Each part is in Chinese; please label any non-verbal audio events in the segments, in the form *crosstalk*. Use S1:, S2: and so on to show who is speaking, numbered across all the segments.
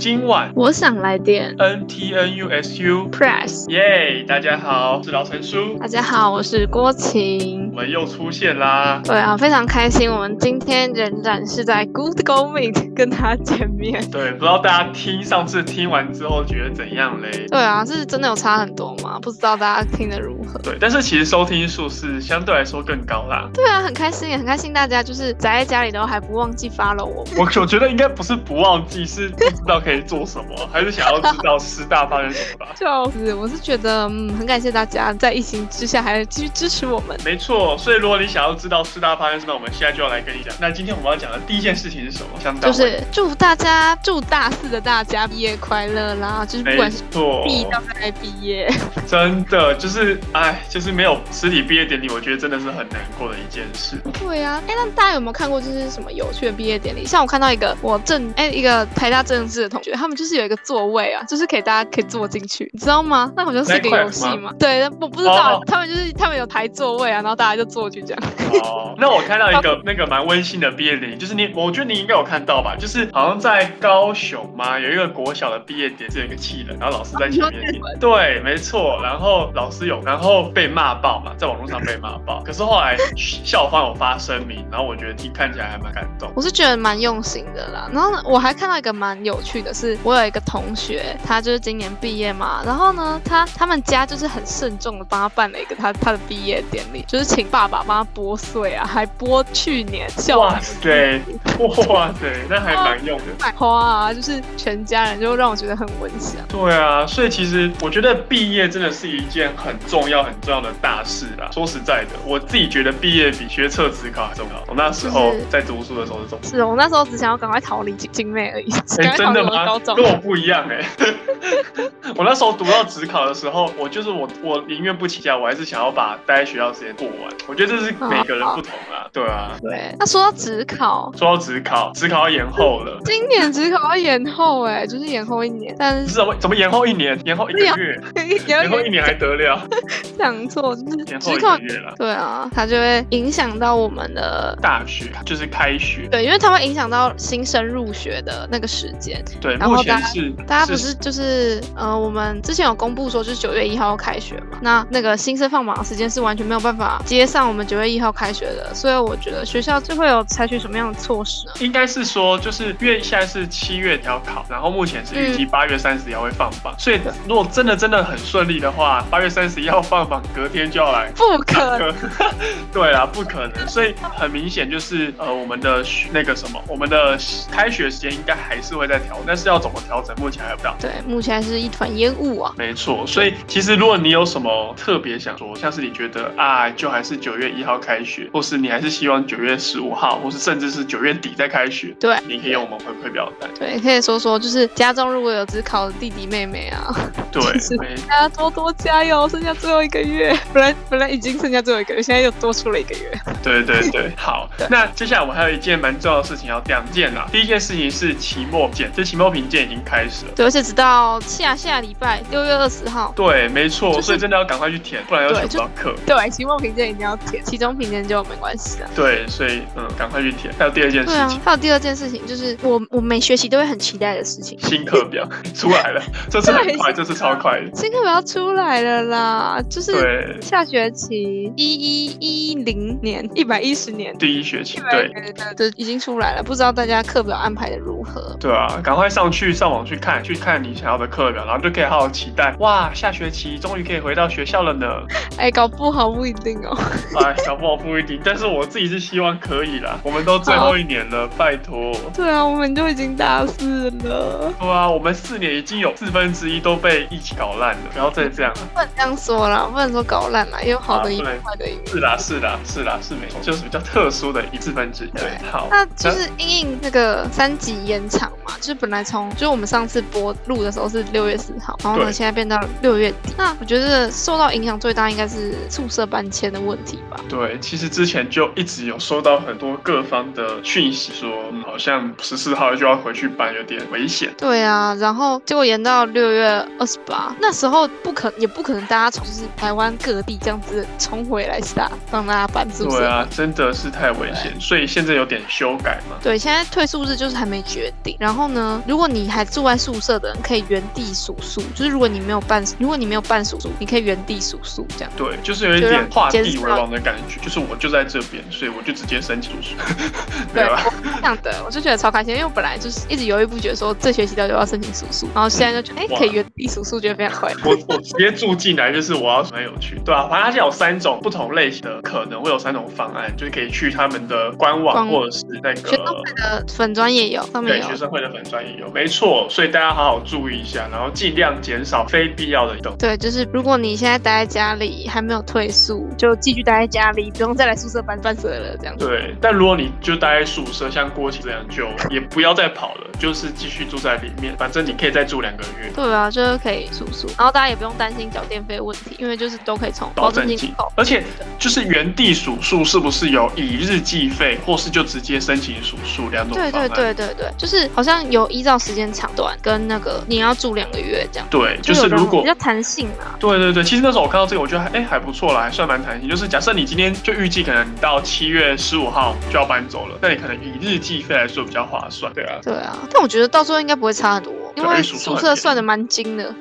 S1: 今晚
S2: 我想来点
S1: N T N U S U，
S2: press。
S1: 耶！大家好，我是老陈叔，
S2: 大家好，我是郭晴
S1: 我。们又出现啦。
S2: 对啊，非常开心，我们今天仍然是在 Good Going *laughs* 跟他见面。
S1: 对，不知道大家听上次听完之后觉得怎样嘞？
S2: 对啊，是真的有差很多吗？不知道大家听得如何。
S1: 对，但是其实收听数是相对来说更高啦。
S2: 对啊，很开心，也很开心，大家就是宅在家里都还不忘记 follow 我们。
S1: 我我觉得应该不是不忘记，是不知道可以做什么， *laughs* 还是想要知道师大发生什么吧。
S2: 就是，我是觉得，嗯，很感谢大家在疫情之下还继续支持我们。
S1: 没错，所以如果你想要知道师大发生什么，我们现在就要来跟你讲。那今天我们要讲的第一件事情是什么？相当
S2: 就是祝大家，祝大四的大家毕业快乐啦！就是不
S1: 没
S2: 管是
S1: 错，
S2: 毕到在毕业，
S1: 真的就是，哎，就是没有实体毕业典礼，我觉得真的是很难过的一件事。
S2: 对呀、啊，哎，那大家有没有看过就是什么有趣的毕业典礼？像我看到一个我政哎一个台大政治的同学，他们就是有一个座位啊，就是可以大家可以坐进去，你知道吗？那好像是一个游戏
S1: Minecraft
S2: 嘛，对，我不知道，
S1: 哦
S2: 他们就是他们有排座位啊，然后大家就坐进去这样。
S1: 哦，那我看到一个那个蛮温馨的毕业典礼，就是你，我觉得你应该有看到吧？就是好像在高雄嘛，有一个国小的毕业典礼，是有一个气人，然后老师在前面
S2: 哦你说日
S1: 念，对，没错，然后老师有，然后被骂爆嘛，在网络上被骂爆。可是后来校方有发声明，然后我觉得听看起来还蛮感动。
S2: 我是觉得蛮用心的啦。然后呢，我还看到一个蛮有趣的是，我有一个同学，他就是今年毕业嘛，然后呢，他他们家就是很慎重的帮他办了一个他他的毕业典礼，就是请爸爸帮他拨穗啊，还拨去年校
S1: 哇塞，哇塞，那还蛮用的。
S2: 买花啊，就是全家人就让我觉得很温馨啊。
S1: 对啊，所以其实我觉得毕业真的是一件很重要、很重要的大事啦。说实在的，我自己觉得毕业比学测、职考还重要。我那时候
S2: 就是
S1: 在读书的时候是重要。
S2: 是哦我那时候只想要赶快逃离景妹而已，
S1: 哎、
S2: 赶快逃
S1: 真
S2: 离
S1: 的
S2: 我的
S1: 吗
S2: 高？中
S1: 跟。我不一样哎、 *laughs* 我那时候读到职考的时候，我就是我，我宁愿不请假，我还是想要把待在学校时间过完。我觉得这是每个人不同
S2: 哦
S1: 啊，对啊。
S2: 对，那说到职考，
S1: 说到职考，职考要延后了， *laughs*
S2: 今年职考要延后哎、就是延后一年，但
S1: 不 *laughs*
S2: 是
S1: 是怎么怎么延后一年，延后一个
S2: 对啊 *laughs*
S1: 月，
S2: 也
S1: 延后
S2: 有
S1: 一
S2: 点
S1: 年还得
S2: *laughs*
S1: 了？
S2: 想错，就是
S1: 延后
S2: 职
S1: 一
S2: 考
S1: 个月了。
S2: 对啊，它就会影响到我们的。
S1: 大学就是开学，
S2: 对，因为它会影响到新生入学的那个时间。
S1: 对，
S2: 然后
S1: 目前
S2: 大家
S1: 是
S2: 大家不是就是呃，我们之前有公布说，就是九月一号要开学嘛。那那个新生放榜的时间是完全没有办法接上我们九月一号开学的，所以我觉得学校就会有采取什么样的措施呢？
S1: 应该是说，就是因为现在是七月要考，然后目前是
S2: 嗯
S1: 预计八月三十要会放榜，所以如果真的真的很顺利的话，八月三十要放榜，隔天就要来。
S2: 不可能，
S1: 对啦，不可能，所以很明显就是呃，我们的学那个什么，我们的开学时间应该还是会在调，但是要怎么调整，目前还不知道。
S2: 对，目前是一团烟雾啊。
S1: 没错，所以其实如果你有什么特别想说，像是你觉得啊，就还是九月一号开学，或是你还是希望九月十五号，或是甚至是九月底再开学，
S2: 对
S1: 你可以用我们回馈表
S2: *laughs*
S1: 单。
S2: 对，可以说说，就是家中如果有只考的弟弟妹妹啊，
S1: 对
S2: 其实，
S1: 没
S2: 大家多多加油，剩下最后一个月，本来本来已经剩下最后一个月，现在又多出了一个月。
S1: 对对对，
S2: *laughs*
S1: 好。那接下来我们还有一件蛮重要的事情要两件啦。第一件事情是期末检，这期末评鉴已经开始了。
S2: 对，而且直到下下礼拜六月二十号，
S1: 对，没错，
S2: 就是
S1: 所以真的要赶快去填，不然又
S2: 对
S1: 选不到课。
S2: 对，期末评鉴一定要填，期中评鉴就没关系了。
S1: 对，所以嗯，赶快去填。还有第二件事
S2: 对啊
S1: 情，，
S2: 还有第二件事情就是我我每学期都会很期待的事情，
S1: 新课表 *laughs* 出来了，这次很快，这次超快的。
S2: 新课表要出来了啦，就是
S1: 对，
S2: 下学期一一一零年一百一十年。
S1: 第一学期，对
S2: 对，对，已经出来了，不知道大家课表安排的如何？
S1: 对啊，赶快上去上网去看，去看你想要的课表，然后就可以好好期待。哇，下学期终于可以回到学校了呢！
S2: 哎，搞不好不一定哦。 *laughs*
S1: 哎，搞不好不一定，但是我自己是希望可以啦。我们都最后一年了，拜托。
S2: 对啊，我们都已经大四了，
S1: 对啊，我们四年已经有四分之一都被疫情搞烂了，不要再这样了。
S2: 不能这样说啦，不能说搞烂啦，也有好
S1: 啊
S2: 的一
S1: 不
S2: 面
S1: 能，
S2: 坏的一面。
S1: 是啦，是啦，是啦，是没错，就是比较特殊的一四分之一。对，好，
S2: 那就是因应那个三级延长嘛，就是本来从就是我们上次播录的时候是六月四号，然后呢
S1: 对
S2: 现在变到六月底。那我觉得受到影响最大应该是宿舍搬迁的问题吧。
S1: 对，其实之前就一直有收到很多各方的讯息说，嗯，好好像十四号就要回去办，有点危险。
S2: 对啊，然后结果延到六月二十八，那时候不可也不可能大家从就是台湾各地这样子冲回来是吧？让大家办是不是？
S1: 对啊，真的是太危险，所以现在有点修改嘛。
S2: 对，现在退宿日就是还没决定。然后呢，如果你还住在宿舍的人，可以原地数宿，就是如果你没有办，如果你没有办宿宿，你可以原地数宿这样。
S1: 对，就是有一
S2: 就
S1: 点
S2: 让
S1: 画
S2: 监
S1: 地
S2: 视
S1: 为
S2: 到
S1: 王的感觉，就是我就在这边，所以我就直接申请住
S2: *laughs*
S1: 宿，没
S2: 对，
S1: 有啊啦。
S2: 我是这样的，我就觉得超开心，因为我本来就是一直犹豫不决，说这学期到底要不要申请数宿，然后现在就觉得哎、
S1: 哇
S2: 可以原地数宿，觉得非常快乐。
S1: 我我直接住进来就是我要很有趣，对啊，反正它现在有三种不同类型的可能会有三种方案，就是可以去他们的官网
S2: 官
S1: 或者是那
S2: 学生
S1: 个
S2: 会的粉专也有，上面
S1: 对
S2: 有
S1: 学。生会的粉专也有，没错，所以大家好好注意一下，然后尽量减少非必要的移动。
S2: 对，就是如果你现在待在家里还没有退宿，就继续待在家里，不用再来宿舍搬搬舍了，这样子。
S1: 对，但如果你就待在宿舍，像郭琦这样，就也不要再跑了，就是继续住在里面，反正你可以再住两个月。
S2: 对啊，就是可以住宿，然后大家也不用担心缴电费问题，因为就是都可以从
S1: 保
S2: 保
S1: 证
S2: 证
S1: 金
S2: 金扣。
S1: 而且就是原地数数是不是有以日计费，或是就直接申请数数两种方
S2: 对
S1: 案？
S2: 对对对对，就是好像有依照时间长短跟那个你要住两个月这样，
S1: 对，就
S2: 有
S1: 是
S2: 的
S1: 如果
S2: 比较弹性啊。
S1: 对对对，其实那时候我看到这个，我觉得还哎、还不错啦，还算蛮弹性。就是假设你今天就预计可能你到七月十五号就要搬走了，那你可能以日计费来说比较划算。对啊，
S2: 对啊，但我觉得到时候应该不会差很多，因
S1: 对
S2: 为
S1: 宿舍
S2: 宿
S1: 很
S2: 舍
S1: 便宜
S2: 算的蛮精的。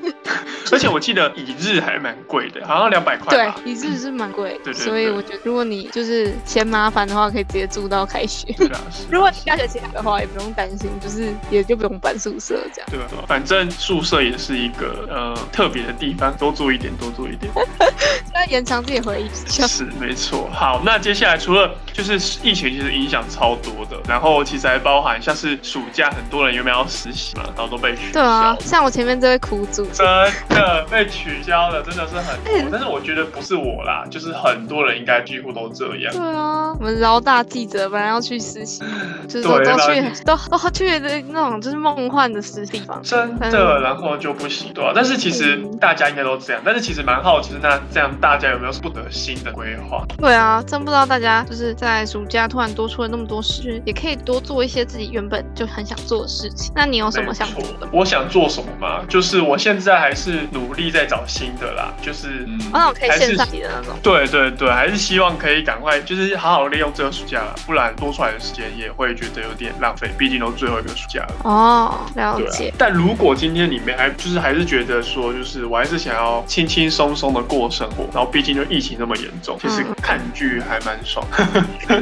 S1: 而且我记得以日还蛮贵的，好像两百块
S2: 对
S1: 吧。，
S2: 一日是蛮贵，
S1: 对对
S2: 所以
S1: 对
S2: 我觉得如果你就是嫌麻烦的话，可以直接住到开学。
S1: 对啊，是
S2: *laughs* 如果你下学期来的话，也不用担心，就是也就不用搬宿舍这样。
S1: 对啊，对啊反正宿舍也是一个呃特别的地方，多住一点，多住一
S2: *laughs*
S1: 点。
S2: 就要延长自己的回忆比较。
S1: 是没错。好，那接下来除了就是疫情，其实影响超多的，然后其实还包含像是暑假很多人原本要实习嘛，然后都被取消
S2: 对
S1: 了
S2: 啊，像我前面这位苦主，
S1: 真的被取消了，真的是很
S2: 哎
S1: 多。但是我觉得不是我啦，就是很多人应该几乎都这样。
S2: 对啊，我们饶大记者本来要去实习，就是都
S1: 对
S2: 都
S1: 饶大记
S2: 去都都去的那种就是梦幻的实地方。
S1: 真的，然后就不行，对啊？但是其实
S2: 嗯
S1: 大家应该都这样，但是其实蛮好奇，那这样大家有没有不得新的规划？
S2: 对啊，真不知道大家就是在暑假突然多出了那么多事，也可以多做一些自己原本就很想做的事情。那你有什么想做的吗？哦
S1: 我想做什么吗？就是我现在还是努力在找新的啦，就是嗯，
S2: 哦，那我可以
S1: 还是
S2: 线上你的那种。
S1: 对啊对对，还是希望可以赶快，就是好好利用这个暑假啦，不然多出来的时间也会觉得有点浪费，毕竟都最后一个暑假了。
S2: 哦，了
S1: 对
S2: 解
S1: 啊。，但如果今天你们还就是还是觉得说，就是我还是想要轻轻松松的过生活，然后毕竟就疫情那么严重，其实
S2: 嗯
S1: 看剧还蛮
S2: *laughs*
S1: 爽。啊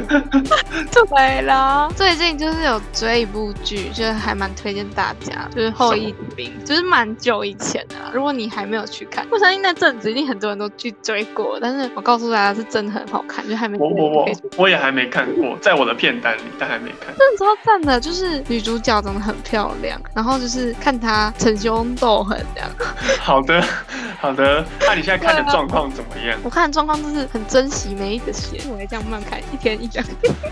S2: 对啦，最近就是有追一部剧，就是还蛮推荐大家，就是《后羿兵》，就是蛮久以前的啊啦。如果你还没有去看，我相信那阵子一定很多人都去追过，但是我告诉大家是真的很好看，就还没
S1: 我我我
S2: 那阵
S1: 我也还没看过，在我的片单里，但还没
S2: *laughs*
S1: 看。
S2: 子超赞的，就是女主角长得很漂亮，然后就是看她逞凶斗狠这样。
S1: 好的，好的，那、你现在看
S2: 对
S1: 的
S2: 啊
S1: 状况怎么样？
S2: 我看的状况就是很珍惜每一个血，我还这样慢慢看，一天一讲。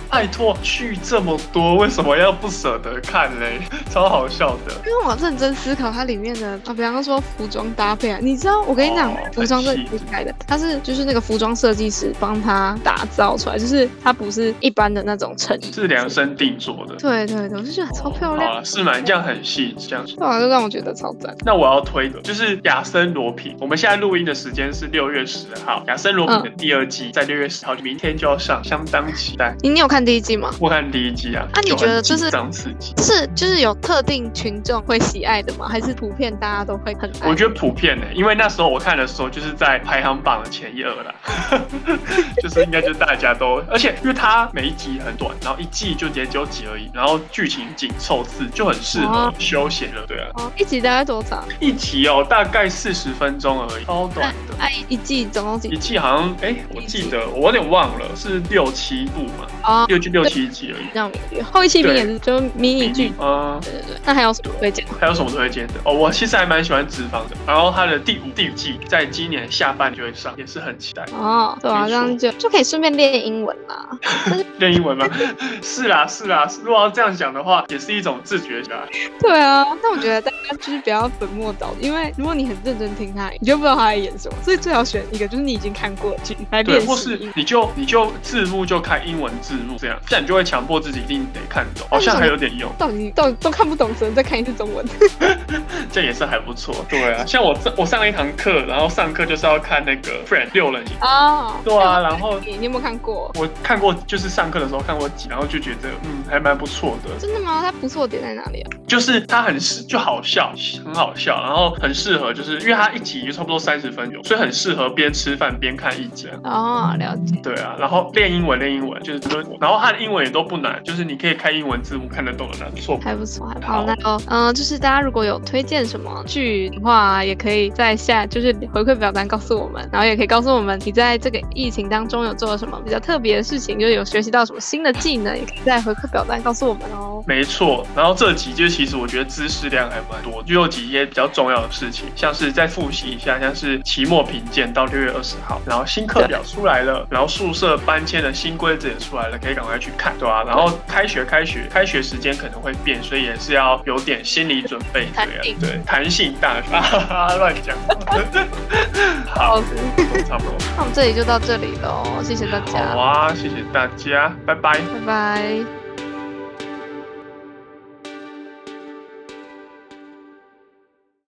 S1: 拜托，剧这么多，为什么要不舍得看嘞？ *laughs* 超好笑的。
S2: 因为我认真思考它里面的啊，比方说服装搭配啊，你知道我跟你讲，
S1: 哦
S2: 服装这
S1: 很细
S2: 不是改的，它是就是那个服装设计师帮他打造出来，就是它不是一般的那种衬衣。
S1: 是量身定做的，
S2: 对啊对对，我就觉得超漂
S1: 好
S2: 亮，
S1: 啦是蛮这样很细这样子。
S2: 对啊，就让我觉得超赞。
S1: 那我要推的就是亚森罗平，我们现在录音的时间是六月十号，亚森罗平的第二季在六月十号，明天就要上，相当期待。
S2: 你你有看第一季吗？
S1: 我看第一季啊，
S2: 啊你觉得就是
S1: 张刺激？
S2: 是就是有特定群众会喜爱的吗？还是普遍大家都会很爱？
S1: 我觉得普遍呢、欸因为那时候我看的时候就是在排行榜的前一二啦， *laughs* 就是应该就是大家都，而且因为它每一集很短，然后一季就也只有几而已，然后剧情紧凑字就很适合
S2: 哦
S1: 休闲了，对啊，
S2: 哦，一集大概多长？
S1: 一集哦大概四十分钟而已，超短的。
S2: 哎、一季总共几
S1: 一季好像哎、我记得我有点忘了，是六七部嘛，
S2: 啊？
S1: 六七六七集而已。
S2: 让我明月，后一期名也是就是迷你剧。
S1: 啊、
S2: 对对对，那还有什么推荐？
S1: 还有什么推荐的？哦，我其实还蛮喜欢《脂肪》的，然后它的第五第五季在今年下半就会上，也是很期待。
S2: 哦，对啊，
S1: 没错
S2: 这样就就可以顺便练英文啦。
S1: 练英文吗？ *laughs* 是啦是啦，如果要这样讲的话，也是一种自觉啦。
S2: 对啊，但我觉得大家就是不要本末倒置，因为如果你很认真听他，你就不知道他在演什么，所以最好选一个就是你已经看过的剧来
S1: 对
S2: 练，
S1: 或
S2: 习
S1: 是
S2: 英语。
S1: 你就你就字幕就开英文字幕这样，这样你就会强迫自己一定得看懂，好
S2: 那你怎么
S1: 像还有点用，
S2: 到底到底都看不懂，只能再看一次中文。
S1: 这也是还不错。对啊，像我这我上了一堂课，然后上课就是要看那个 Friend 六人行，
S2: *laughs* 哦，
S1: 对啊，然后
S2: 你你有没有看过？
S1: 我看过，就是上课的时候看过几，然后就觉得嗯还蛮不错的，
S2: 真的吗？它不错的点在哪里啊？
S1: 就是它很适就好笑，很好笑，然后很适合，就是因为它一集就差不多三十分钟，所以很适合边吃饭边看一集啊。
S2: 哦，了解。
S1: 对啊，然后练英文练英文就是多，然后它的英文也都不难，就是你可以开英文字幕看得懂的那错。
S2: 还不错，还不错
S1: 好。
S2: 那哦，嗯、就是大家如果有推荐什么剧的话，也可以在下就是回馈表单告诉我们，然后也可以告诉我们你在这个疫情当中有做了什么比较特别的事情，就是有学习到什么新的技能，也可以在回馈表单告诉我们哦。
S1: 没错，然后这集就其实我觉得知识量还蛮多，就有几些比较重要的事情，像是再复习一下，像是期末评鉴到六月二十号，然后新课表出来了，然后宿舍搬迁的新规则也出来了，可以赶快去看，对啊，然后开学开学开学时间可能会变，所以也是要有点心理准备，对
S2: 弹
S1: 啊
S2: 性，
S1: 对，弹性大学， *laughs* 哈哈哈乱讲，
S2: *laughs*
S1: 好，差不多。
S2: 啊那我们这里就到这里喽，谢谢大
S1: 好
S2: 家，
S1: 啊，谢谢大家，拜拜。
S2: 拜拜。